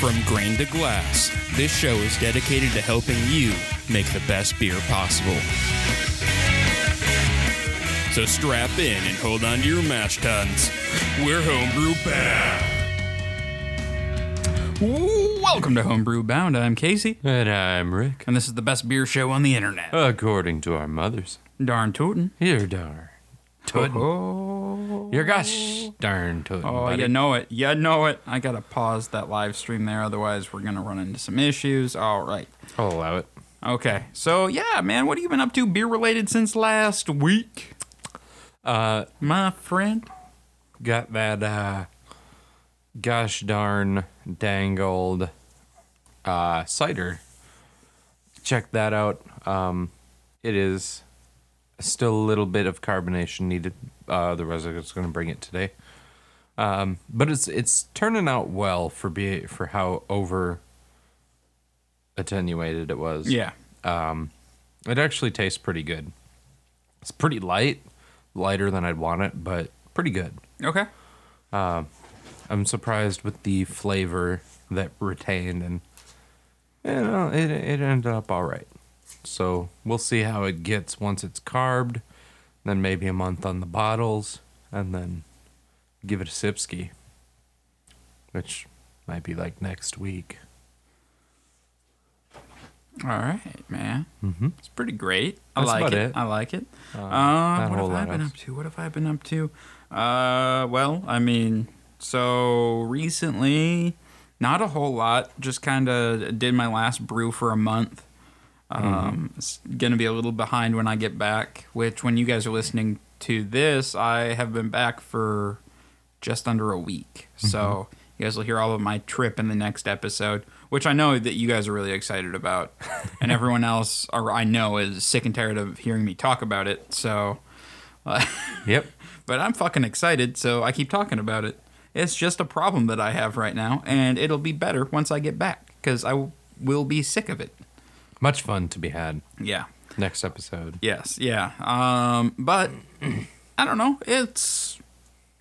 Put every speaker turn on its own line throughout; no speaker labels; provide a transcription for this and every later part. From Grain to Glass, this show is dedicated to helping you make the best beer possible. So strap in and hold on to your mash tuns. We're Homebrew Bound. Welcome to Homebrew Bound. I'm Casey,
And I'm Rick,
and this is the best beer show on the internet.
according to our mothers.
Darn tootin'.
Here, dar. Tootin'.
Oh,
Your gosh darn tootin'.
oh
buddy.
you know it. You know it. I gotta pause that live stream there, otherwise, we're gonna run into some issues. All right.
I'll allow it.
Okay. So yeah, man, what have you been up to beer related since last week?
Uh,
My friend.
got that, uh, gosh darn dangled, uh, cider. Check that out. Um, it is still a little bit of carbonation needed. Uh, otherwise, I was going to bring it today. Um, but it's it's turning out well for be for how over attenuated it was. Um,
Yeah.
It actually tastes pretty good. It's pretty light, lighter than I'd want it, but pretty good.
Okay.
I'm surprised with the flavor that retained, and you know, it it ended up all right. So we'll see how it gets once it's carbed, then maybe a month on the bottles, and then give it a sipski, which might be like next week.
All right, man. Mm-hmm. It's pretty great. I
That's
like
about
it.
it. Uh,
I like it.
not
um, what
a whole
have I
lot
been
else.
up to? What have I been up to? Uh, well, I mean, so recently, not a whole lot. Just kind of did my last brew for a month. Um, it's gonna be a little behind when I get back. Which, when you guys are listening to this, I have been back for just under a week. So you guys will hear all of my trip in the next episode, which I know that you guys are really excited about, and everyone else, or I know, is sick and tired of hearing me talk about it. So,
Yep.
but I'm fucking excited, so I keep talking about it. It's just a problem that I have right now, and it'll be better once I get back because I w- will be sick of it.
Much fun to be had.
Yeah.
Next episode.
Yes. Yeah. Um. But I don't know. It's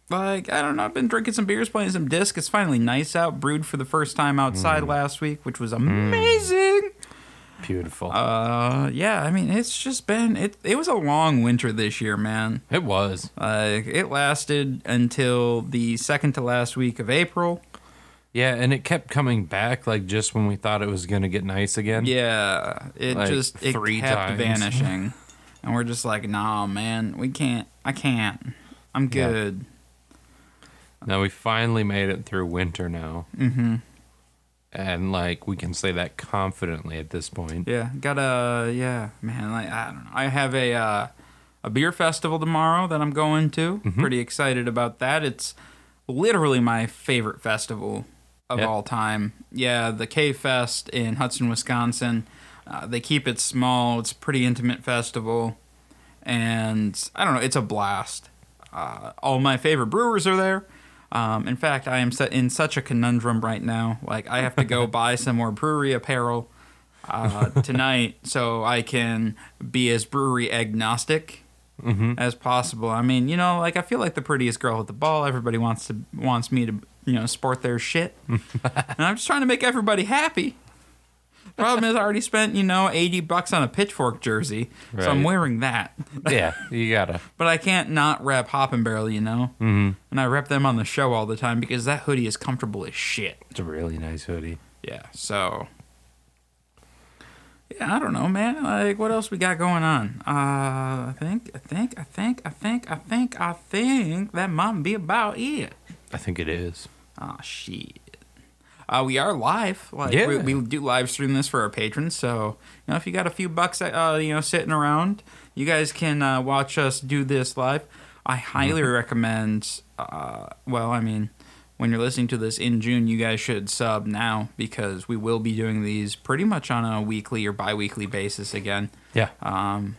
like I don't know. I've been drinking some beers, playing some disc. It's finally nice out. Brewed for the first time outside last week, which was amazing.
Beautiful.
Mm. Uh. Yeah. I mean, it's just been it. It was a long winter this year, man.
it was.
Like it lasted until the second to last week of April.
Yeah, and it kept coming back like just when we thought it was gonna get nice again.
Yeah, it
Like,
just it
three
kept
times.
vanishing, and we're just like, nah, man, we can't. I can't. I'm
Yeah.
good.
Now we finally made it through winter now. Mm-hmm. And like we can say that confidently at this point.
Yeah, got a yeah, man. Like I don't know. I have a uh, a beer festival tomorrow that I'm going to. Pretty excited about that. It's literally my favorite festival of
Yeah.
all time. Yeah, the K Fest in Hudson, Wisconsin. Uh, they keep it small. It's a pretty intimate festival, and I don't know. It's a blast. Uh, all my favorite brewers are there. Um, in fact, I am set in such a conundrum right now. Like I have to go buy some more brewery apparel uh, tonight so I can be as brewery agnostic as possible. I mean, you know, like I feel like the prettiest girl at the ball. Everybody wants to wants me to you know sport their shit, and I'm just trying to make everybody happy. Problem is, I already spent you know eighty bucks on a pitchfork jersey, so I'm
Right.
wearing that.
yeah, you gotta.
But I can't not rep Hop and Barrel, you know. Mm-hmm. And I rep them on the show all the time because that hoodie is comfortable as shit.
It's a really nice hoodie.
Yeah. So. Yeah, I don't know, man. Like, what else we got going on? Uh, I think, I think, I think, I think, I think, I think that might be about it.
I think it is.
Oh shit. Uh, we are live. Like
Yeah.
we, we do live stream this for our patrons. So you know, if you got a few bucks, uh, you know, sitting around, you guys can uh, watch us do this live. I highly recommend. Uh, well, I mean, when you're listening to this in June, you guys should sub now because we will be doing these pretty much on a weekly or bi-weekly basis again.
Yeah.
Um,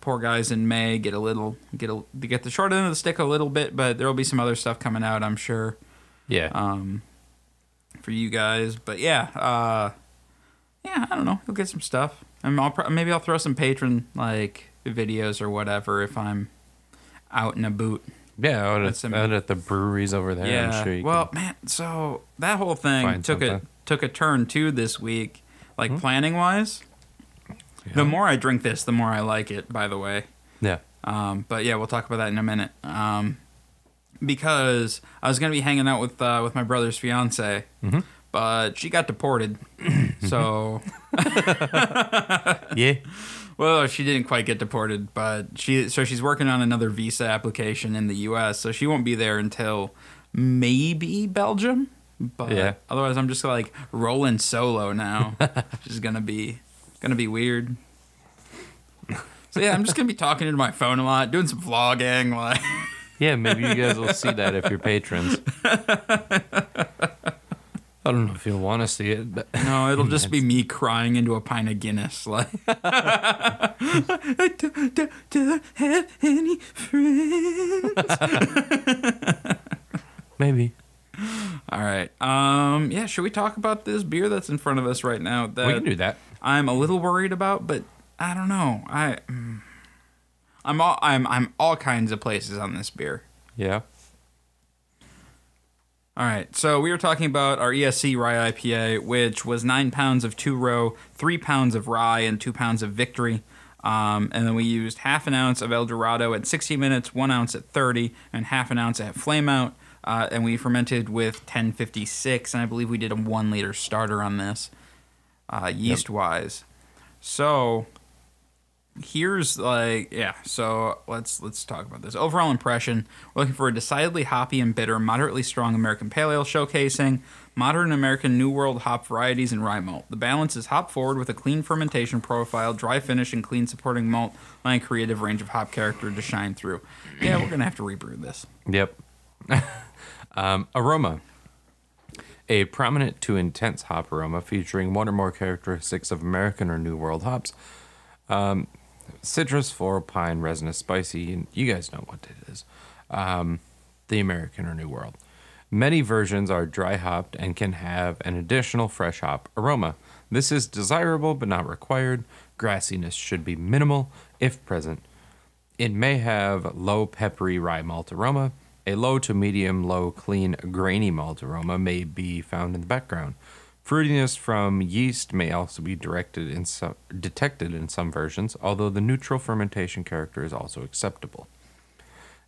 poor guys in May get a little get a they get the short end of the stick a little bit, but there will be some other stuff coming out, I'm sure
yeah.
um, for you guys. But yeah, uh, yeah, I don't know. You'll get some stuff. And I'll pro- maybe I'll throw some patron like videos or whatever if I'm out in a boot.
yeah, out
that's
at,
am-
out at the breweries over there. I'm
yeah.
sure you
well,
can-
man, so that whole thing
Find
took a
something. Hmm?
took a turn too this week, like planning wise. The more I drink this, the more I like it. By the way,
Yeah.
um, but yeah, we'll talk about that in a minute. Um, because I was gonna be hanging out with uh, with my brother's fiance, but she got deported. so
Yeah.
well, she didn't quite get deported, but she so she's working on another visa application in the U.S. So she won't be there until maybe Belgium. But
Yeah.
otherwise, I'm just like rolling solo now. which is gonna be gonna be weird. So yeah, I'm just gonna be talking into my phone a lot, doing some vlogging, like.
Yeah, maybe you guys will see that if you're patrons. I don't know if you'll want to see it, but
No, it'll just be me crying into a pint of Guinness. Like, I don't, don't- don't have any friends.
maybe.
All right. Um. Yeah. Should we talk about this beer that's in front of us right now? That
we can do that.
I'm a little worried about, but I don't know. I. mm. I'm all I'm I'm all kinds of places on this beer.
Yeah.
All right, so we were talking about our ESC Rye IPA, which was nine pounds of two row, three pounds of rye, and two pounds of victory. Um, and then we used half an ounce of El Dorado at 60 minutes, one ounce at 30, and half an ounce at Flame Out. Uh, and we fermented with 1056, and I believe we did a one liter starter on this, uh, yeast wise. So here's like yeah so let's let's talk about this overall impression we're looking for a decidedly hoppy and bitter moderately strong american pale ale showcasing modern american new world hop varieties and rye malt the balance is hop forward with a clean fermentation profile dry finish and clean supporting malt allowing a creative range of hop character to shine through yeah we're gonna have to rebrew this
Yep. um, aroma. A prominent to intense hop aroma featuring one or more characteristics of American or New World hops. Um, citrus, floral, pine, resinous, spicy, and you guys know what it is. Um, the American or New World. Many versions are dry hopped and can have an additional fresh hop aroma. This is desirable but not required. Grassiness should be minimal if present. It may have low peppery rye malt aroma. A low to medium low clean grainy malt aroma may be found in the background. Fruitiness from yeast may also be directed in some, detected in some versions, although the neutral fermentation character is also acceptable.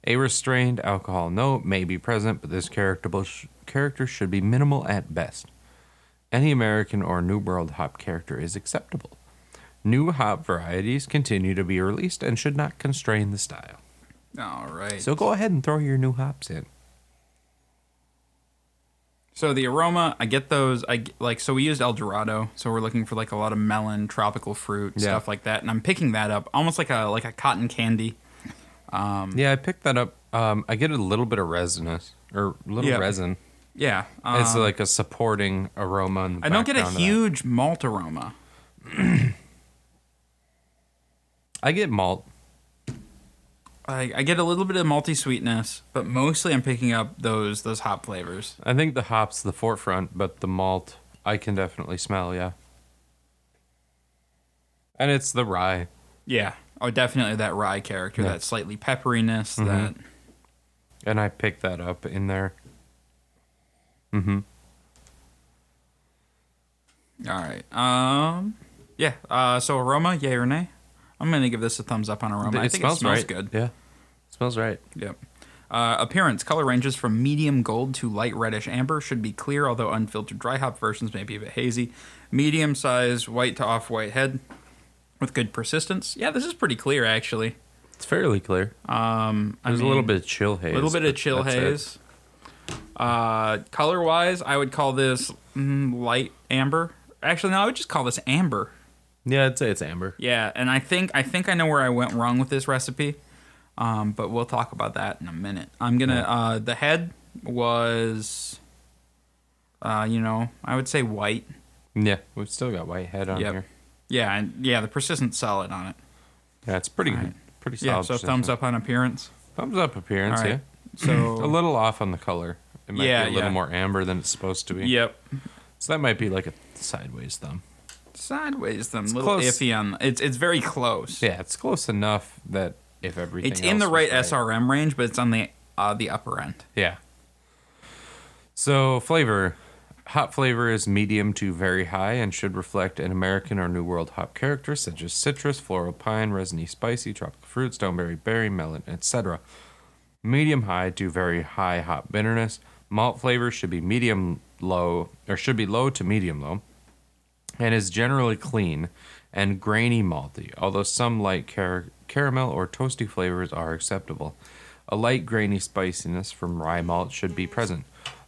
A restrained alcohol note may be present, but this character, sh- character should be minimal at best. Any American or New World hop character is acceptable. New hop varieties continue to be released and should not constrain the style.
all right
So go ahead and throw your new hops in.
So the aroma, I get those. I g- like so we used El Dorado, so we're looking for like a lot of melon, tropical fruit,
Yeah.
stuff like that, and I'm picking that up almost like a like a cotton candy.
Yeah, I picked that up. Um, I get a little bit of resinous or a little
Yeah.
resin.
Yeah, um,
it's like a supporting aroma. In the
I don't get a
background of that.
huge malt aroma.
I get malt.
I, I get a little bit of malty sweetness, but mostly I'm picking up those those hop flavors.
I think the hops the forefront, but the malt I can definitely smell. Yeah, and it's the rye.
Yeah, oh definitely that rye character, that slightly pepperiness, that
And I picked that up in there.
All right. Um. Yeah. Uh. So aroma, yay or nay? I'm gonna give this a thumbs up on aroma. Um, I think it smells
right.
good.
Yeah, smells right.
Yep. Uh, appearance color ranges from medium gold to light reddish amber should be clear although unfiltered dry hop versions may be a bit hazy medium size white to off white head with good persistence yeah this is pretty clear actually
It's fairly clear.
um I
There's a little
mean,
bit of chill haze.
a little bit of
but
chill
that's it.
haze uh color wise i would call this mm, light amber actually no i would just call this amber
Yeah, I'd say it's amber.
yeah, and I think I think I know where I went wrong with this recipe, um, but we'll talk about that in a minute. I'm gonna uh, the head was, uh, you know, I would say white.
Yeah, we've still got white head on
Yep.
here.
Yeah, and yeah, the persistent solid on it.
Yeah, it's pretty good. Pretty solid.
yeah, so thumbs up on appearance.
Thumbs up appearance.
All right.
Yeah,
So
a little off on the color. It might
Yeah,
be a little
yeah.
more amber than it's supposed to be.
yep,
So that might be like a sideways thumb.
sideways them, a little
close.
iffy on. It's it's very close.
Yeah, it's close enough that if everything
it's in
else
the
was
right, SRM range, but it's on the uh, the upper end.
Yeah. So flavor, Hop flavor is medium to very high and should reflect an American or New World hop character such as citrus, floral pine, resiny spicy, tropical fruit, stoneberry, berry, melon, etc. Medium high to very high hop bitterness. Malt flavor should be medium low or should be low to medium low and is generally clean and grainy malty, although some light car- caramel or toasty flavors are acceptable. A light grainy spiciness from rye malt should be present.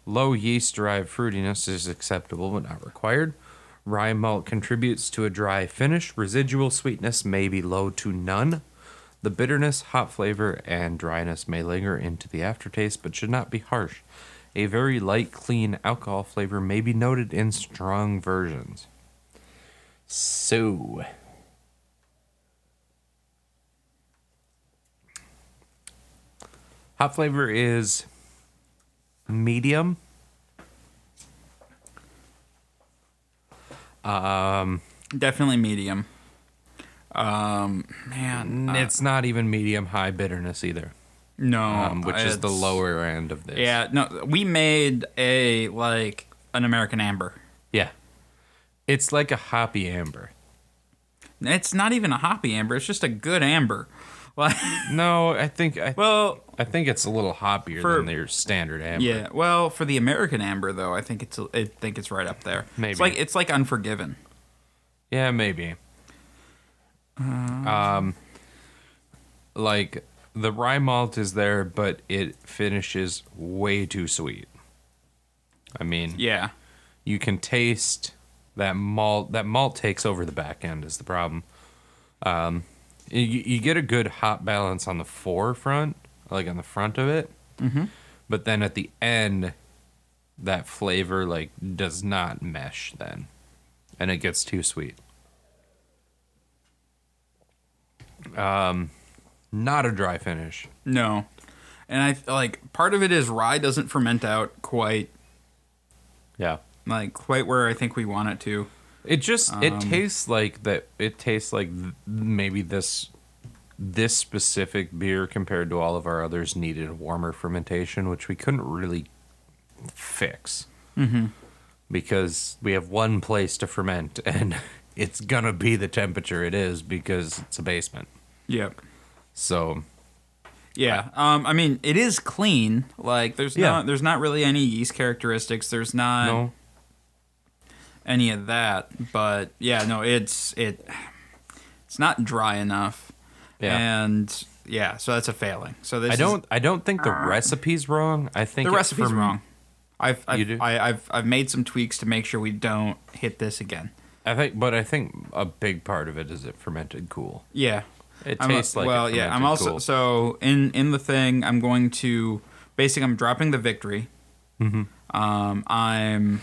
Low yeast derived fruitiness is acceptable but not required. Rye malt contributes to a dry finish. Residual sweetness may be low to none. The bitterness, hot flavor, and dryness may linger into the aftertaste but should not be harsh. A very light, clean alcohol flavor may be noted in strong versions. So. Hot flavor is medium.
Definitely medium. Um, man, uh,
Mm, it's not even medium high bitterness either,
no,
um, which is the
it's-
lower end of this.
Yeah, no, we made a like an American amber.
Yeah. It's like a hoppy amber.
It's not even a hoppy amber. It's just a good amber. Like,
No, I think I,
well,
I think it's a little hoppier
For-
than your standard amber.
yeah. Well, for the American amber though, I think it's I think it's right up there.
Maybe.
it's like it's like Unforgiven.
Yeah, maybe. um, like the rye malt is there, but it finishes way too sweet. I mean,
Yeah,
you can taste that malt. That malt takes over the back end is the problem. Um, you, you get a good hop balance on the forefront, like on the front of it, mm-hmm. but then at the end, that flavor like does not mesh then, and it gets too sweet. Um, not a dry finish.
no, and I f- like part of it is rye doesn't ferment out quite
Yeah.
like quite where I think we want it to.
It just
Um,
it tastes like that. It tastes like th- maybe this this specific beer compared to all of our others needed warmer fermentation, which we couldn't really fix
Mm-hmm.
because we have one place to ferment, and it's gonna be the temperature it is because it's a basement.
Yep.
So
Yeah. Um. I mean, it is clean. Like, there's
Yeah.
not there's not really any yeast characteristics. There's not
no,
any of that. But yeah, no, it's it it's not dry enough.
Yeah.
And yeah, so that's a failing. So this
I
is-
don't. I don't think the recipe's wrong. I think
the
it
recipe's
ferm-
wrong. I've I've,
You do?
I, I've I've made some tweaks to make sure we don't hit this again.
I think, but I think a big part of it is it fermented cool.
Yeah.
It
I'm-
tastes like
well,
it
yeah. I'm
fermented
also
cool.
so in in the thing. I'm going to basically. I'm dropping the victory.
Mm-hmm.
Um, I'm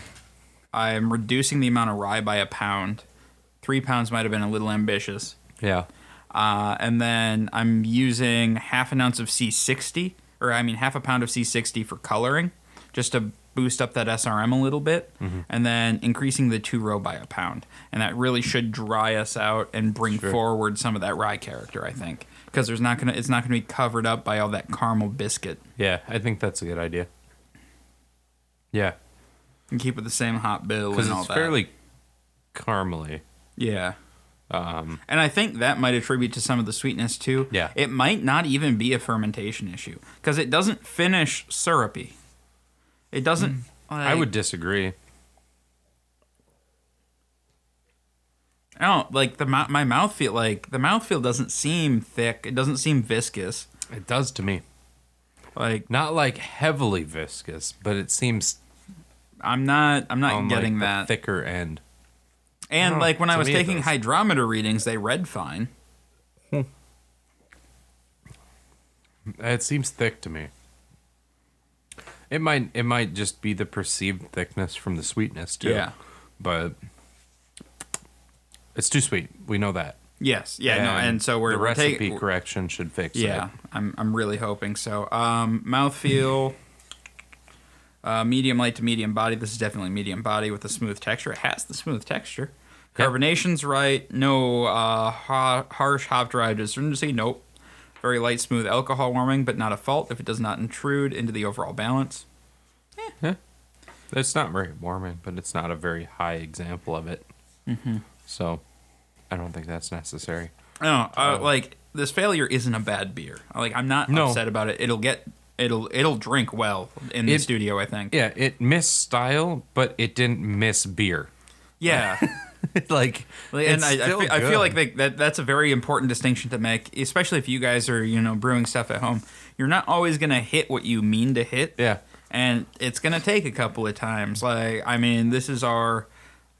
I'm reducing the amount of rye by a pound. Three pounds might have been a little ambitious.
Yeah.
Uh, and then I'm using half an ounce of C60, or I mean half a pound of C60 for coloring, just to boost up that SRM a little bit,
Mm-hmm.
and then increasing the two row by a pound. And that really should dry us out and bring forward some of that rye character, I think, because there's not gonna it's not gonna be covered up by all that caramel biscuit.
Yeah, I think that's a good idea. Yeah,
And keep it the same hot bill
because
and all
it's
that.
fairly caramely.
Yeah. Um, and I think that might attribute to some of the sweetness too.
Yeah.
It might not even be a fermentation issue because it doesn't finish syrupy. It doesn't.
Mm. I
like-
would disagree.
I don't like the mou- my mouthfeel. Like the mouthfeel doesn't seem thick. It doesn't seem viscous.
It does to me.
Like
Not like heavily viscous, but it seems
I'm not. I'm not
on
getting
Oh, like, the
that.
thicker end.
and like when I
to
was
me it
taking
does.
hydrometer readings, they read fine.
It seems thick to me. It might it might just be the perceived thickness from the sweetness too.
Yeah.
but it's too sweet. We know that.
Yes. Yeah. no. And so we're
the
we're
recipe
taking-
correction should fix
Yeah,
it.
I'm I'm really hoping so. Um, mouthfeel, uh, medium light to medium body. This is definitely medium body with a smooth texture. It has the smooth texture.
Yep.
Carbonation's right. No uh, ha- harsh hop derived astringency. Nope. Very light, smooth alcohol warming, but not a fault if it does not intrude into the overall balance.
Yeah. It's not very Mormon, but it's not a very high example of it. Mm-hmm. So I don't think that's necessary.
No, uh, like this failure isn't a bad beer. Like I'm not
Oh. No.
upset about it. It'll get it'll it'll drink well in the
It-
studio. I think.
Yeah, it missed style, but it didn't miss beer.
Yeah.
like,
and
it's
I, I,
still
feel, I
good.
feel like they, that that's a very important distinction to make, especially if you guys are you know brewing stuff at home. You're not always gonna hit what you mean to hit.
Yeah.
and it's gonna take a couple of times. Like I mean, this is our,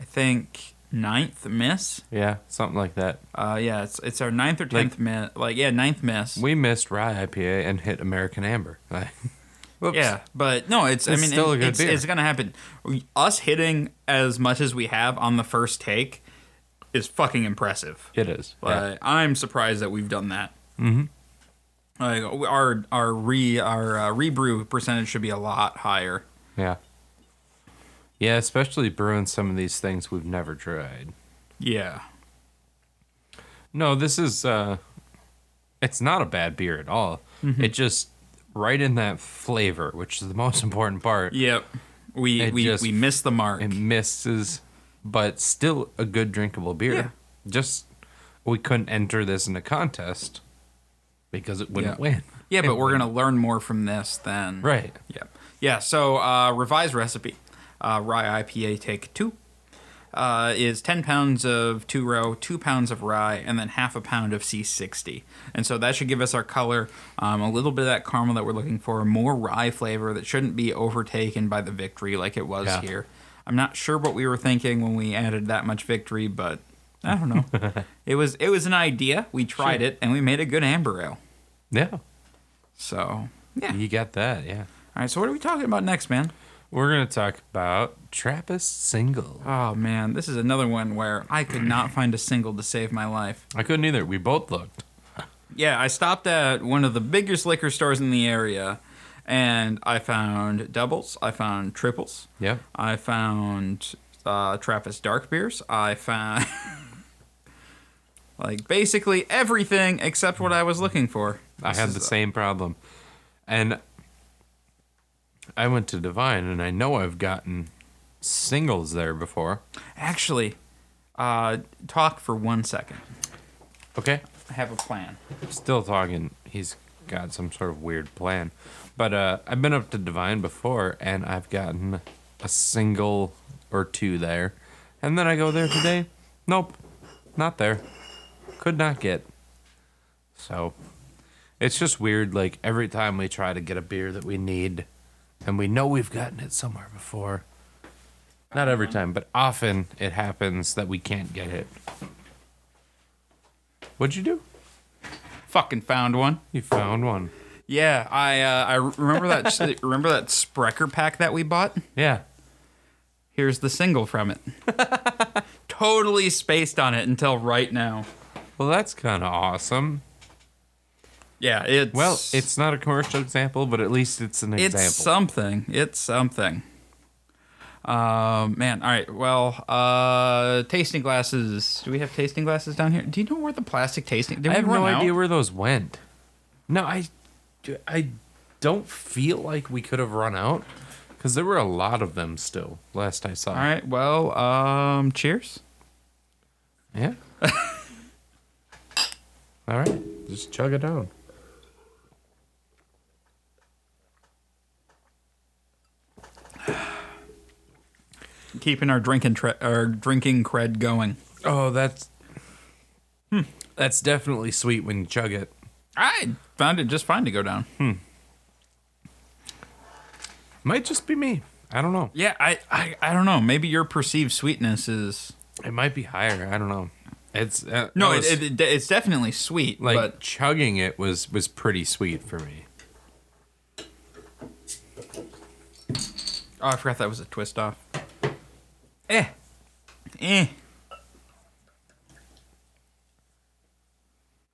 I think ninth miss.
yeah, something like that.
Uh, yeah, it's it's our ninth or tenth miss. Like yeah, ninth miss.
We missed rye IPA and hit American Amber. Like, whoops.
Yeah, but no, it's, I
It's
mean,
still a
it-
good
it's,
beer.
it's gonna happen. Us hitting as much as we have on the first take is fucking impressive.
it is. Yeah.
Like, I'm surprised that we've done that. Mm-hmm. Like our our re our uh, rebrew percentage should be a lot higher.
yeah, yeah, especially brewing some of these things we've never tried.
Yeah,
No, this is uh it's not a bad beer at all.
Mm-hmm.
It just right in that flavor, which is the most important part.
yep. We
It
we,
just-
we missed the mark.
It misses but still a good drinkable beer.
Yeah.
Just we couldn't enter this in a contest because it wouldn't
Yeah.
win.
yeah, but we're gonna learn more from this than
Right.
Yeah. Yeah. So uh, revised recipe, uh, rye IPA take two, uh, is ten pounds of two row, two pounds of rye, and then half a pound of C60. And so that should give us our color, um, a little bit of that caramel that we're looking for, more rye flavor that shouldn't be overtaken by the victory like it was
Yeah.
here. I'm not sure what we were thinking when we added that much victory, but I don't know. it was it was an idea. We tried it and we made a good amber ale.
Yeah.
So yeah.
You got that, yeah.
All right. So what are we talking about next, man?
We're gonna talk about Trappist Single.
Oh man, this is another one where I could not find a single to save my life.
I couldn't either. We both looked.
Yeah, I stopped at one of the biggest liquor stores in the area and I found doubles, I found triples.
Yeah.
I found uh, Trappist dark beers. I found like basically everything except what I was looking for.
I
This
had
is-
the same problem. And I went to Divine and I know I've gotten singles there before.
actually uh, talk for one second.
Okay.
I have a plan.
Still talking. He's got some sort of weird plan. But uh, I've been up to Divine before and I've gotten a single or two there. And then I go there today. Nope. Not there. Could not get. So it's just weird. Like every time we try to get a beer that we need, and we know we've gotten it somewhere before. Not every time, but often it happens that we can't get it. What'd you do?
Fucking found one.
You found one.
Yeah, I uh, I remember that remember that Sprecher pack that we bought.
Yeah.
Here's the single from it. totally spaced on it until right now.
Well, that's kind of awesome.
Yeah, it's
Well, it's not a commercial example, but at least it's an
it's
example.
something. It's something. Um, man. All right. Well, uh, tasting glasses. Do we have tasting glasses down here? Do you know where the plastic tasting? Did
I
we
have
run
no
out?
idea where those went. No, I, I don't feel like we could have run out because there were a lot of them still last I saw.
All right. Well, um, cheers.
Yeah. All right. Just chug it down.
Keeping our drinking tre- our drinking cred going.
Oh, that's hmm, that's definitely sweet when you chug it.
I found it just fine to go down.
Might just be me. I don't know.
Yeah, I, I I don't know. Maybe your perceived sweetness is
It might be higher. I don't know. It's uh,
no.
I
It,
was-
it, it, it's definitely sweet,
like
but
chugging it was was pretty sweet for me.
oh, I forgot that was a twist off. Eh, eh.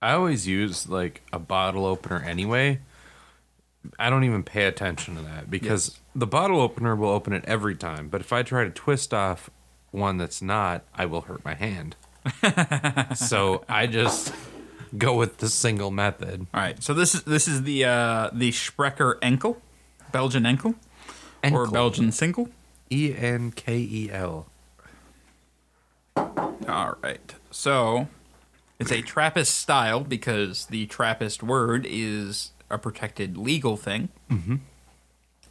I always use like a bottle opener anyway. I don't even pay attention to that because the bottle opener will open it every time. But if I try to twist off one that's not, I will hurt my hand. so I just go with the single method.
All right, so this is this is the uh, the Sprecher Enkel, Belgian Enkel, or
Enkel.
Belgian Single.
E N K E L.
All right. So it's a Trappist style because the Trappist word is a protected legal thing. Mm-hmm.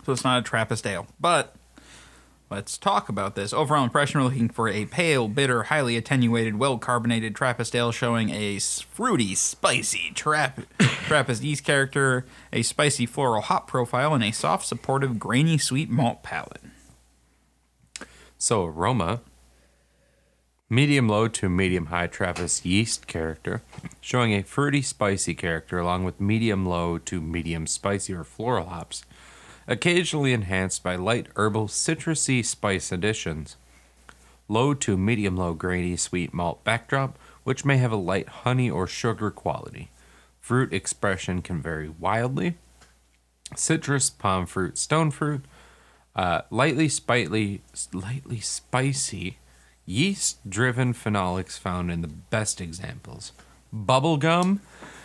So it's not a Trappist ale. But let's talk about this. Overall impression we're looking for a pale, bitter, highly attenuated, well carbonated Trappist ale showing a s- fruity, spicy trap- Trappist yeast character, a spicy floral hop profile, and a soft, supportive, grainy, sweet malt palate.
So aroma, medium low to medium high Trappist yeast character, showing a fruity spicy character along with medium low to medium spicy or floral hops, occasionally enhanced by light herbal citrusy spice additions. Low to medium low grainy sweet malt backdrop, which may have a light honey or sugar quality. Fruit expression can vary wildly. Citrus, palm fruit, stone fruit, uh, lightly spitely, lightly spicy, yeast-driven phenolics found in the best examples. Bubblegum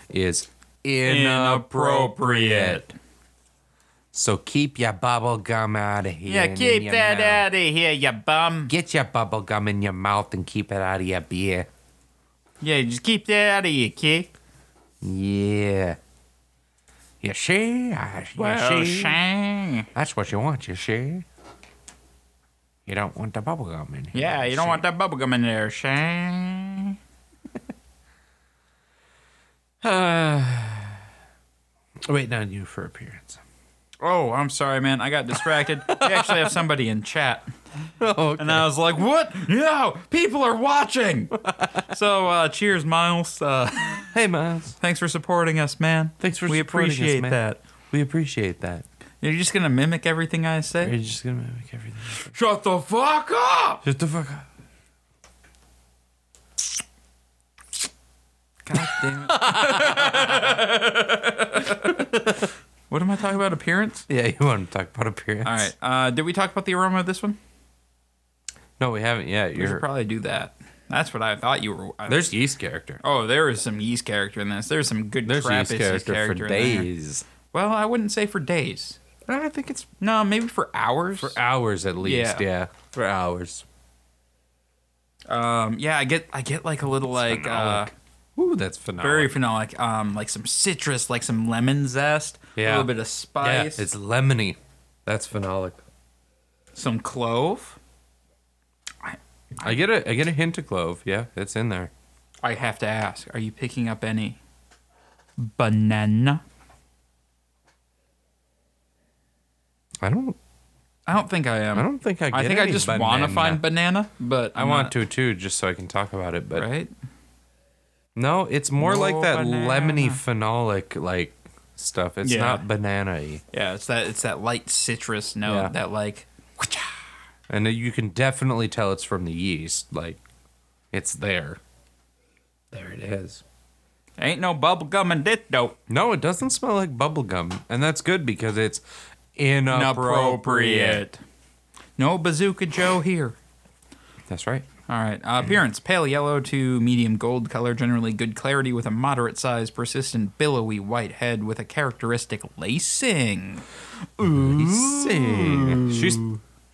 is inappropriate. So keep your bubblegum out of here.
Yeah,
and in
keep
your
that
mouth.
out of here, you bum.
Get your bubblegum in your mouth and keep it out of your beer.
Yeah, just keep that out of you, kid.
Yeah. You see? I- you
Well,
see?
shang.
That's what you want, you see? You don't want the bubblegum in here.
Yeah, you don't
see?
want that bubblegum in there, shang.
Waiting on you for appearance.
Oh, I'm sorry, man. I got distracted. we actually have somebody in chat.
Oh,
And I was like, what? No, people are watching. so, uh, cheers, Miles. Uh,
hey, Miles.
thanks for supporting us, man.
Thanks for
We
supporting us,
appreciate
man.
that.
We appreciate that.
You're just going to mimic everything I
You're
say?
just gonna mimic everything.
Shut the fuck up!
Shut the fuck up.
God damn it. what am I talking about? Appearance?
Yeah, you want to talk about appearance?
All right. Uh, did we talk about the aroma of this one?
No, we haven't yet.
We
You're
should probably do that. That's what I thought you were. I-
there's yeast character.
oh, there is some yeast character in this. There's some good
There's
Trappist
yeast character, for
in there.
days.
Well, I wouldn't say for days.
I think it's
No, maybe for hours.
for hours at least.
Yeah.
Yeah, for hours.
um, yeah, I get I get like a little like uh,
Ooh, that's phenomenal.
very phenolic, um, like some citrus, like some lemon zest, a
Yeah.
little bit of
yeah,
spice,
it's lemony. That's phenolic.
some clove.
I get a I get a hint of clove. Yeah, it's in there.
I have to ask: Are you picking up any banana?
I don't
I don't think I am.
I don't think I. Get
I think I
any
just want to
banana.
find banana, but
I want to too, just so I can talk about it. But
right?
No, it's more like
No
that
banana.
lemony phenolic like stuff. It's
Yeah.
not banana-y.
Yeah, it's that it's that light citrus note
Yeah.
that like
And you can definitely tell it's from the yeast. Like it's there. There it is.
ain't no bubble gum in this dope.
No, it doesn't smell like bubblegum. And that's good because it's inappropriate.
No bazooka Joe here.
That's right.
All right. Uh, appearance pale yellow to medium gold color, generally good clarity with a moderate size, persistent billowy white head with a characteristic lacing.
He's sing. She's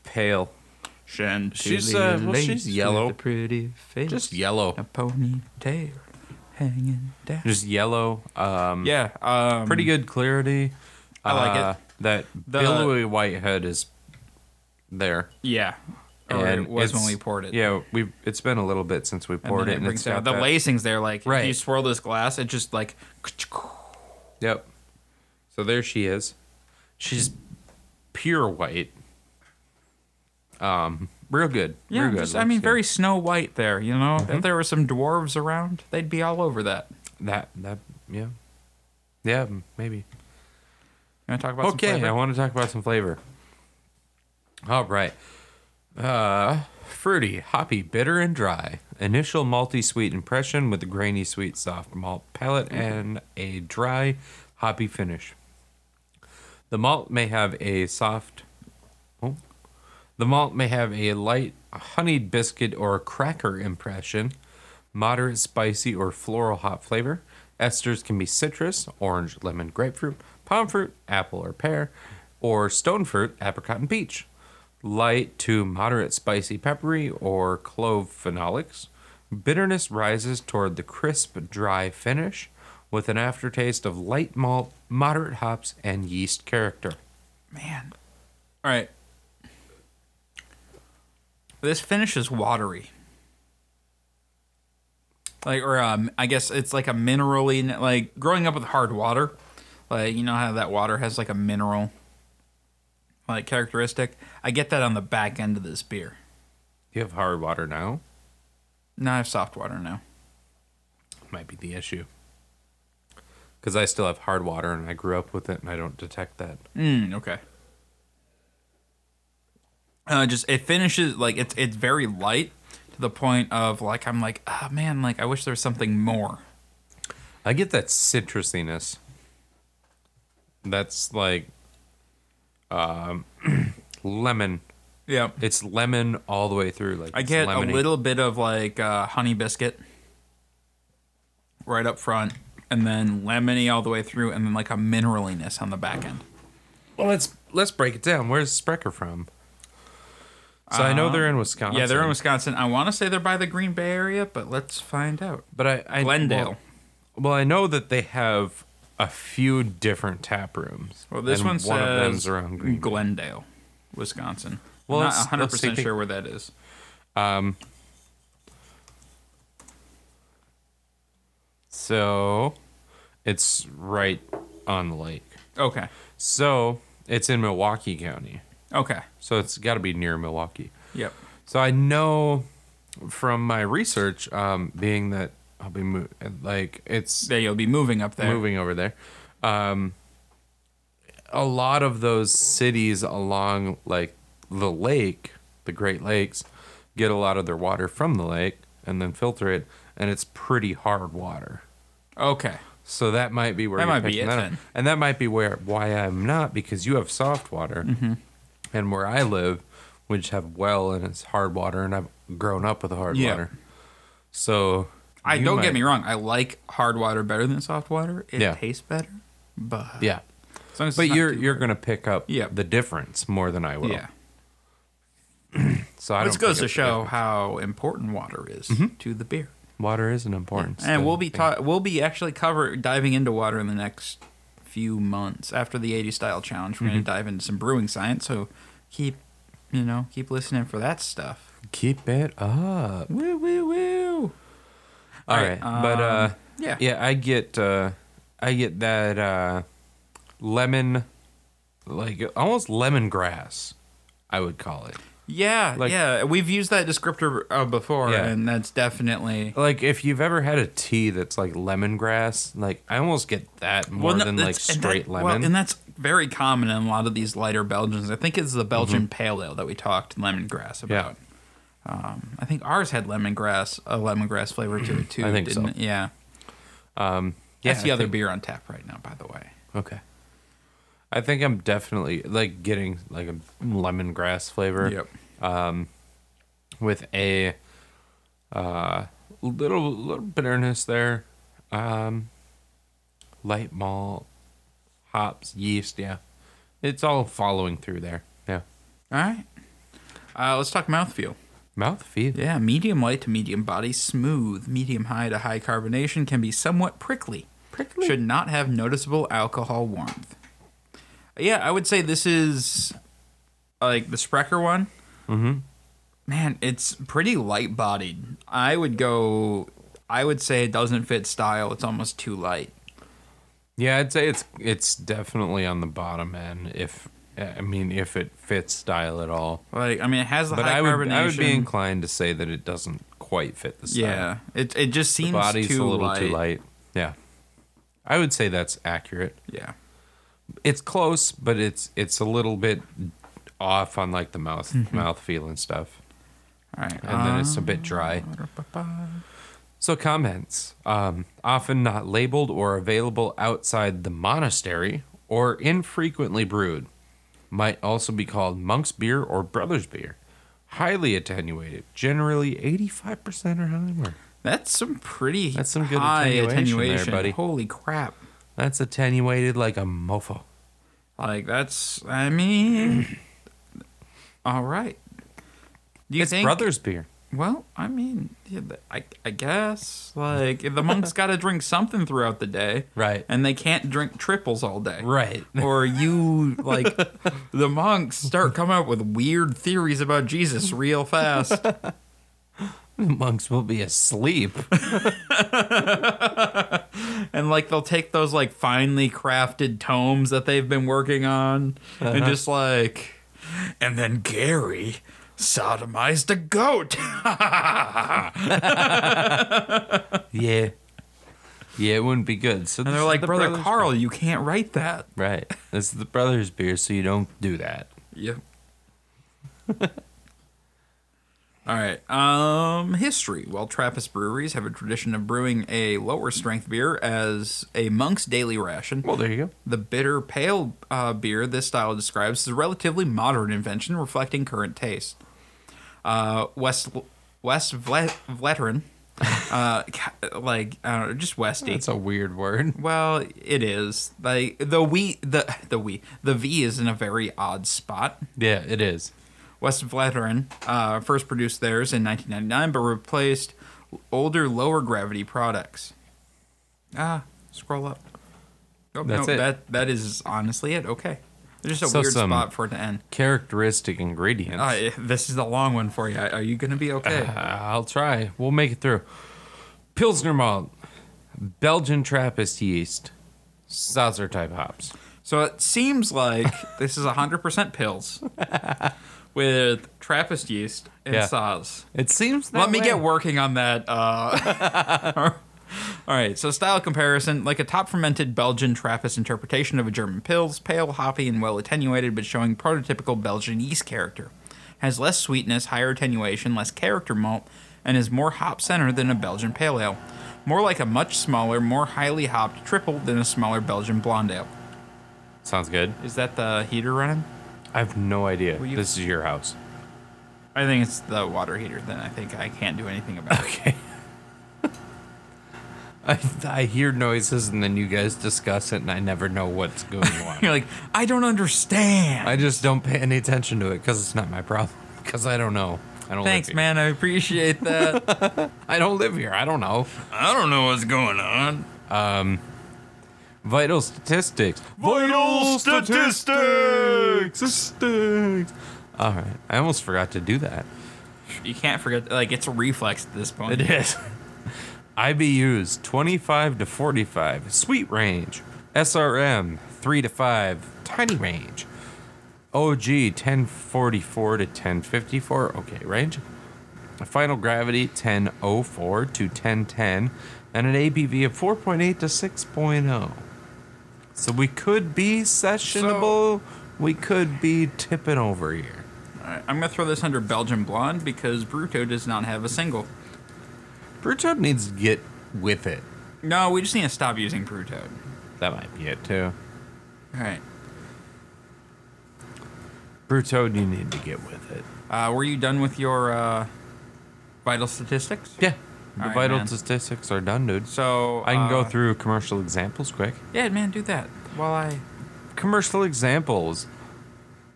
pale. She's, uh, well, she's yellow.
With a pretty face.
Just yellow.
a ponytail hanging down.
Just yellow. Um
yeah. Um,
pretty good clarity. Uh,
I like it.
That
The-
billowy white head is there.
Yeah. Or
And
Oh, it was when
it's-
we poured it.
Yeah, we it's been a little bit since we
And
poured
then
it, and
brings
it's
it
got
out. the
that-
lacings there. Like if you
Right.
swirl this glass, it just like
Yep. So there she is. She's pure white. Um, real good.
yeah.
real good.
just, I
Let's
mean,
see. Mm-hmm.
very Snow White there. You know, if there were some dwarves around, they'd be all over that. You
that that yeah, yeah maybe.
want to talk about
okay,
Some
I
flavor?
want to talk about some flavor. All right. Uh, fruity, hoppy, bitter, and dry. Initial malty sweet impression with a grainy sweet soft malt palate
Mm-hmm.
and a dry, hoppy finish. The malt may have a soft. Oh. The malt may have a light honeyed biscuit or cracker impression, moderate spicy or floral hop flavor. Esters can be citrus, orange, lemon, grapefruit, palm fruit, apple or pear, or stone fruit, apricot and peach. light to moderate spicy peppery or clove phenolics. Bitterness rises toward the crisp, dry finish with an aftertaste of light malt, moderate hops, and yeast character.
Man. All right. This finish is watery. Like, or um, I guess it's like a minerally, like growing up with hard water, like you know how that water has like a mineral, like characteristic. I get that on the back end of this beer.
You have hard water now?
No, I have soft water now.
Might be the issue. Because I still have hard water and I grew up with it and I don't detect that.
Mm, okay. Uh, just it finishes like it's it's very light to the point of like I'm like ah man like I wish there was something more.
I get that citrusiness. That's like um, lemon.
Yeah,
It's lemon all the way through. Like
I
it's
get
lemony.
a little bit of like uh, honey biscuit right up front, and then lemony all the way through, and then like a mineraliness on the back end.
Well, let's let's break it down. Where's Sprecher from? So I know Um, they're in Wisconsin.
Yeah, they're in Wisconsin. I want to say they're by the Green Bay area, but let's find out.
But I, I
Glendale.
Well, well, I know that they have a few different tap rooms.
Well, this
and
one says
one of them's around Green. Bay.
Glendale, Wisconsin.
Well,
Well, I'm
let's-
not 100
let's
percent
take a-
sure where that is.
So, it's right on the lake.
Okay,
So it's in Milwaukee County.
okay,
So it's got to be near Milwaukee.
yep.
So I know from my research, um, being that I'll be mo- like it's
There you'll be moving up there.
moving over there. Um, a lot of those cities along like the lake, the Great Lakes, get a lot of their water from the lake and then filter it, and it's pretty hard water.
Okay.
So that might be where
That
you're
might be
picking
it
that up.
then.
and that might be where why I'm not because you have soft water,
Mm-hmm.
and where I live, we just have well and it's hard water, and I've grown up with hard
Yeah.
water. So
I
you
don't get
might-
me wrong. I like hard water better than soft water. It
Yeah.
tastes better, but
Yeah,
as long as it's
but
not
you're
too-
you're gonna pick up
Yeah.
the difference more than I will.
yeah.
So I
This goes
don't pick
to
up the
show
difference. Mm-hmm.
how important water is to the beer.
water is an important.
And we'll be ta- we'll be actually cover diving into water in the next few months after the 80 style challenge. We're
Mm-hmm.
going to dive into some brewing science. So keep you know keep listening for that stuff.
keep it up.
Woo woo woo.
All
right,
right, but uh,
um, yeah.
yeah, I get uh, I get that uh, lemon, like almost lemongrass, I would call it.
Yeah,
Like-
yeah. We've used that descriptor uh, before,
Yeah.
and that's definitely
Like if you've ever had a tea that's like lemongrass, like I almost get that more
no,
than like
that's- and that-
straight
Well,
lemon.
and that's very common in a lot of these lighter Belgians. I think it's the Belgian
Mm-hmm.
pale ale that we talked lemongrass about. Um, I think ours had lemongrass, a lemongrass flavor to it too.
I think so.
didn't it? Yeah. Um,
yeah,
that's the
I
other
think-
beer on tap right now, by the way.
okay. I think I'm definitely like getting like a lemongrass flavor with a uh, little little bitterness there, um, light malt, hops, yeast. Yeah, it's all following through there. Yeah,
All right. Uh, let's talk mouthfeel.
mouth feel.
Yeah, medium light to medium body, smooth, medium high to high carbonation, can be somewhat prickly.
Prickly?
Should not have noticeable alcohol warmth. Yeah, I would say this is like the Sprecher one. Mm-hmm. Man, it's pretty light bodied. I would go. I would say it doesn't fit style. It's almost too light.
Yeah, I'd say it's it's definitely on the bottom end. If I mean, if it fits style at all,
Like I mean, it has the
but
high
I would
carbonation.
I would be inclined to say that it doesn't quite fit the style.
yeah, it it just seems
body's
too
a little
light.
too light. Yeah, I would say that's accurate.
Yeah.
it's close, but it's it's a little bit off on like the mouth mouth feel and stuff,
All right.
and then it's a bit dry. So comments um, often not labeled or available outside the monastery or infrequently brewed might also be called monk's beer or brother's beer. Highly attenuated, generally eighty five percent or higher.
That's some pretty
That's some good
high
attenuation there, buddy.
Holy crap.
That's attenuated like a mofo.
Like that's I mean All right. Do you
it's
think?
brothers beer.
Well, I mean, yeah, th- I, I guess like the monks got to drink something throughout the day,
Right.
And they can't drink triples all day,
Right.
Or you like the monks start coming up with weird theories about Jesus real fast.
Monks will be asleep.
and like they'll take those like finely crafted tomes that they've been working on and just like and then gary sodomized a goat
yeah. Yeah, it wouldn't be good. So
and they're like brother carl you can't write that
Right. This is the brothers beer, so you don't do that.
yep all right um history while trappist breweries have a tradition of brewing a lower strength beer as a monk's daily ration
Well, there you go.
The bitter pale uh, beer this style describes is a relatively modern invention reflecting current taste. Uh, West West Vle- Vleteren, uh, ca- like I don't know, just Westy.
That's a weird word.
well, it is like the we the the we the V is in a very odd spot.
Yeah, it is.
West Vleteren uh, first produced theirs in 1999, but replaced older lower gravity products. Ah, scroll up. Oh,
That's
no,
it.
That that is honestly it. Okay, there's just a
So
weird
some-
spot for it to end.
Characteristic ingredients.
Ah, eh, this is a long one for you. Are you gonna be okay?
Uh-huh. Ah, I'll try. We'll make it through. Pilsner malt, Belgian Trappist yeast, Saucer type hops.
So it seems like this is 100% pills with Trappist yeast and
Yeah.
saws.
It seems. That
Let me
way.
get working on that. Uh, all right, so style comparison like a top fermented Belgian Trappist interpretation of a German Pils, pale, hoppy, and well attenuated, but showing prototypical Belgian yeast character. Has less sweetness, higher attenuation, less character malt, and is more hop centered than a Belgian Pale Ale. More like a much smaller, more highly hopped triple than a smaller Belgian Blonde Ale.
Sounds good.
Is that the heater running?
I have no idea.
you-
This is your house.
I think it's the water heater, then I think I can't do anything about it.
Okay. I, I hear noises and then you guys discuss it and I never know what's going on.
You're like, I don't understand.
I just don't pay any attention to it because it's not my problem. Because I don't know. I don't.
Thanks,
live here.
man. I appreciate that.
I don't live here. I don't know.
I don't know what's going on.
Vital statistics.
Vital statistics!
Statistics. All right. I almost forgot to do that.
You can't forget, like, it's a reflex at this point.
is. IBUs 25 to 45, sweet range. SRM 3 to 5, tiny range. OG 1044 to 1054, okay range. Final gravity 1004 to 1010, and an ABV of 4.8 to 6.0. So we could be sessionable, we could be tipping over here.
All right, I'm going to throw this under Belgian Blonde because Bruto does not have a single.
Brutoad needs to get with it.
No, we just need to stop using Bruto.
That might be it too.
All right.
Bruto, you need to get with it.
Uh, were you done with your uh, vital statistics?
Yeah. The
Alright,
vital
man.
statistics are done, dude.
So
I can go
uh,
through commercial examples quick.
Yeah, man, do that while I.
Commercial examples.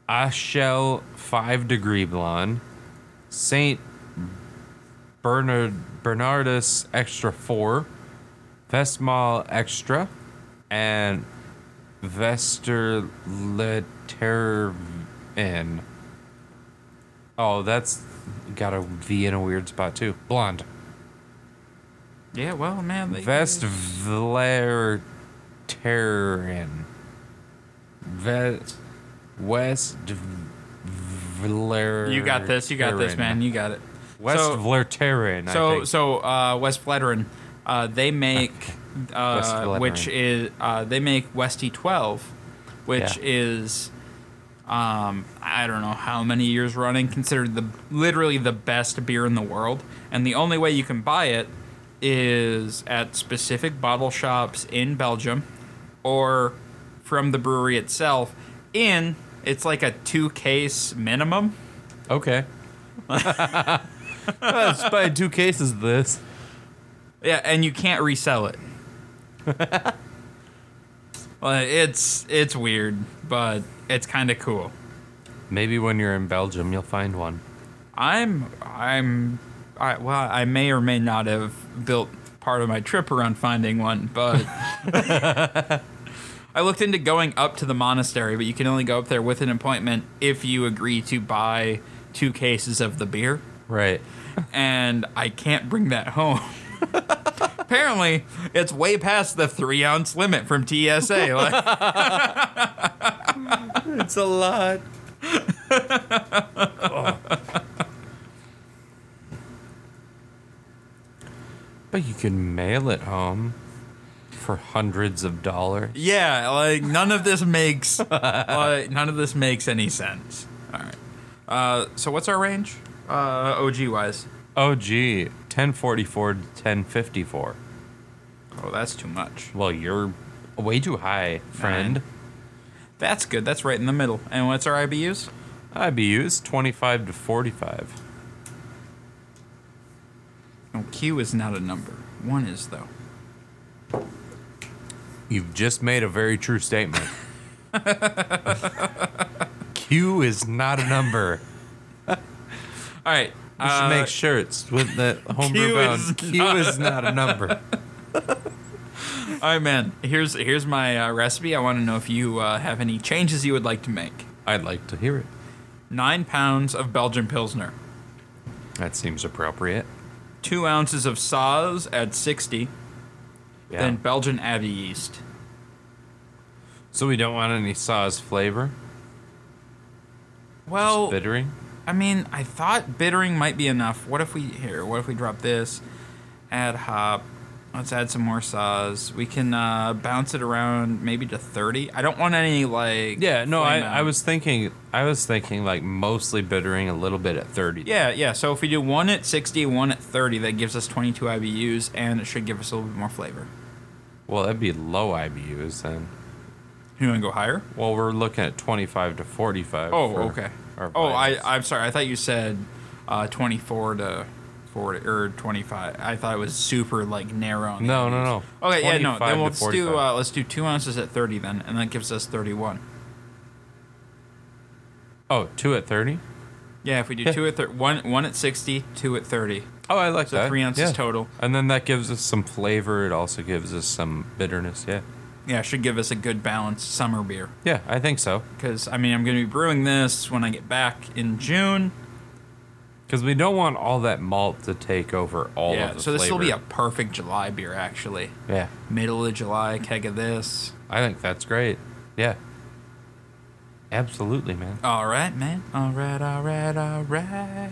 Ashell 5 Degree Blonde. St. Bernard Bernardus Extra 4. Vestmal Extra. And Vester Letervin. Oh, that's got a V in a weird spot too. Blonde.
Yeah, well, man. They,
Vest Vlerterin. Vest West Vler.
You got this. You got this, man. You got it.
West
So-
Vlerterin. I
So
think.
so uh, West Vleteren, uh, they make
West
uh,
Vleteren.
which is uh, they make Westy twelve, which
Yeah.
is um, I don't know how many years running considered the literally the best beer in the world, and the only way you can buy it is at specific bottle shops in Belgium, or from the brewery itself. In it's like a two case minimum.
okay. Let's buy two cases of this.
Yeah, and you can't resell it. well, it's it's weird, but it's kind of cool.
Maybe when you're in Belgium, you'll find one.
I'm I'm I well I may or may not have built part of my trip around finding one, but I looked into going up to the monastery, but you can only go up there with an appointment if you agree to buy two cases of the beer,
Right.
and I can't bring that home. Apparently, it's way past the three ounce limit from TSA. Like,
It's a lot. Oh. But you can mail it home for hundreds of dollars.
yeah, like none of this makes like, none of this makes any sense. All right. Uh, so what's our range? Uh, OG wise.
Oh, gee, 1044 to 1054.
Oh, that's too much.
Well, you're way too high, friend.
That's good. That's right in the middle. And what's our IBUs?
IBUs 25 to 45.
No, Oh, Q is not a number. One is though.
You've just made a very true statement. Q is not a number.
All right. Uh,
We should make shirts with the homebrew
Q
bound.
is
Uh, Q is not a number.
all right, man. Here's here's my uh, recipe. I want to know if you uh, have any changes you would like to make.
I'd like to hear it.
Nine pounds of Belgian Pilsner,
That seems appropriate.
two ounces of Saz at 60,
Yeah.
then Belgian Abbey yeast.
so we don't want any sauce flavor,
Well,
bittering.
I mean, I thought bittering might be enough. What if we here? What if we drop this? Add hop. Let's add some more saws. We can uh, bounce it around maybe to thirty. I don't want any like.
Yeah, no, I,
flame
I
out.
was thinking, I was thinking like mostly bittering a little bit at thirty.
Yeah, yeah. So if we do one at 60, one at thirty, that gives us twenty-two IBUs, and it should give us a little bit more flavor.
Well, that'd be low IBUs then.
You want to go higher?
Well, we're looking at twenty-five to forty-five.
Oh,
for
okay.
our
Oh,
blends.
I, I'm sorry. I thought you said uh, twenty-four to forty or twenty-five. I thought it was super like narrow. on the
No, no,
IBUs.
no.
Okay, yeah, no.
25
Then
to
we'll just do
45.
uh, let's do two ounces at thirty then, and that gives us thirty-one.
Oh, two at thirty.
Yeah, if we do
Yeah.
two at thir- one one at sixty, two at thirty.
Oh, I like
So
that.
three ounces
Yeah.
total.
And then that gives us some flavor. It also gives us some bitterness. Yeah.
Yeah, should give us a good balanced summer beer.
Yeah, I think so.
Because I mean, I'm going to be brewing this when I get back in June.
Because we don't want all that malt to take over all
yeah,
of the
so this will be a
flavor.
perfect July beer, actually.
Yeah.
Middle of July, keg of this.
I think that's great. Yeah. Absolutely, man.
All right, man. All right, all right, all right.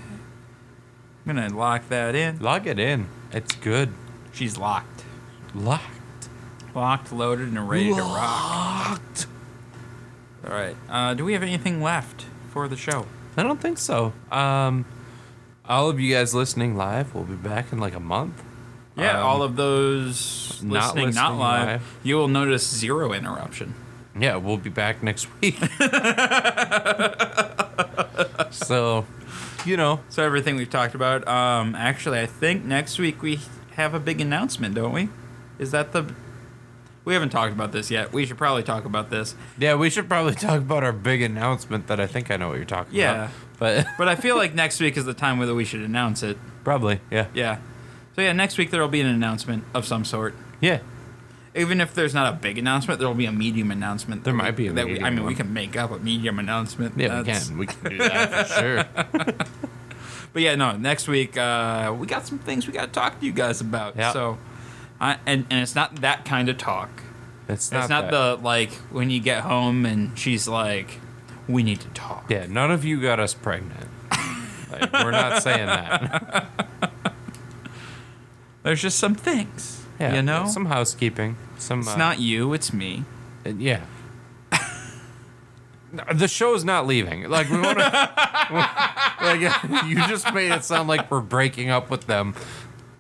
I'm going to lock that in.
Log it in. It's good.
She's locked.
Locked.
Locked, loaded, and ready to rock.
Locked.
All right. Uh, do we have anything left for the show?
I don't think so. Um, all of you guys listening live will be back in like a month.
Yeah,
Um,
all of those listening,
not
not,
listening
live,
live.
you will notice zero interruption.
Yeah, we'll be back next week. so, you know,
So everything we've talked about. Um, actually, I think next week we have a big announcement, don't we? Is that the? We haven't talked about this yet. We should probably talk about this.
yeah, we should probably talk about our big announcement that I think I know what you're talking
Yeah.
about. But
But I feel like next week is the time whether we should announce it.
probably, yeah.
Yeah. So yeah, next week there will be an announcement of some sort.
Yeah.
Even if there's not a big announcement, there will be a medium announcement.
There
that
might
we-
be a
that we, I
medium
mean, we
one.
can make up a medium announcement.
Yeah,
That's-
we can. We can do that for sure.
But yeah, no. Next week, uh, we got some things we got to talk to you guys about.
Yeah.
So, I, and and it's not that kind of talk.
It's
It's not the like when you get home and she's like, "We need to talk."
Yeah, none of you got us pregnant. like, we're not saying that.
There's just some things,
Yeah,
you know.
some housekeeping. Some.
it's
uh,
not you, it's me.
uh, Yeah. the show's not leaving. Like we want to. like you just made it sound like we're breaking up with them.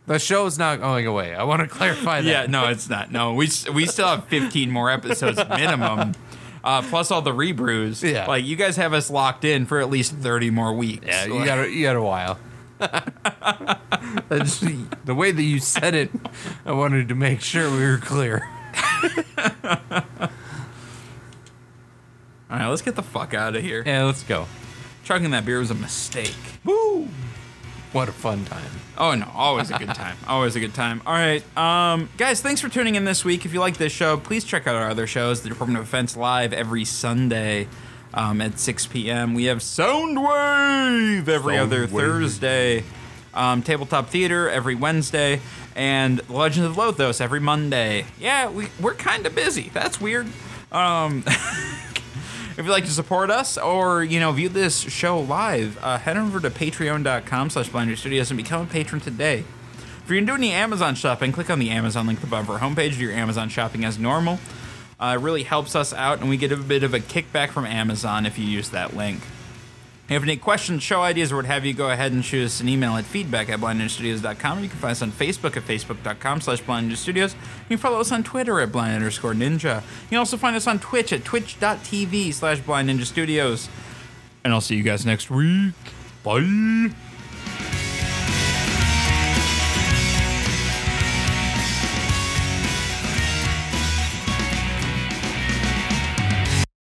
The show's not going away. I want to clarify that.
Yeah, no, it's not. No, we s- we still have 15 more episodes minimum. Uh, plus all the rebrews.
Yeah.
Like you guys have us locked in for at least 30 more weeks.
Yeah, you
Like-
got a, you got a while. That's- the way that you said it, I wanted to make sure we were clear.
All right, let's get the fuck out of here.
Yeah, let's go.
chugging that beer was a mistake.
Woo! What a fun time.
Oh no, always a good time. Always a good time. All right, um, guys, thanks for tuning in this week. If you like this show, please check out our other shows. The Department of Defense live every Sunday um, at 6 p.m. We have Soundwave every other
Soundwave.
Thursday, um, Tabletop Theater every Wednesday, and Legends of Lothos every Monday. Yeah, we, we're kind of busy. That's weird. Um, If you'd like to support us or, you know, view this show live, uh, head over to patreon.com slash blinder studios and become a patron today. If you're doing any Amazon shopping, click on the Amazon link above our homepage, do your Amazon shopping as normal. Uh, it really helps us out, and we get a bit of a kickback from Amazon if you use that link. If you have any questions, show ideas, or what have you, go ahead and shoot us an email at feedback at blindninjastudios.com. You can find us on Facebook at facebook.com slash blindninjastudios. You can follow us on Twitter at blind underscore ninja. You can also find us on Twitch at twitch.tv slash blind ninja studios. And I'll see you guys next week. Bye.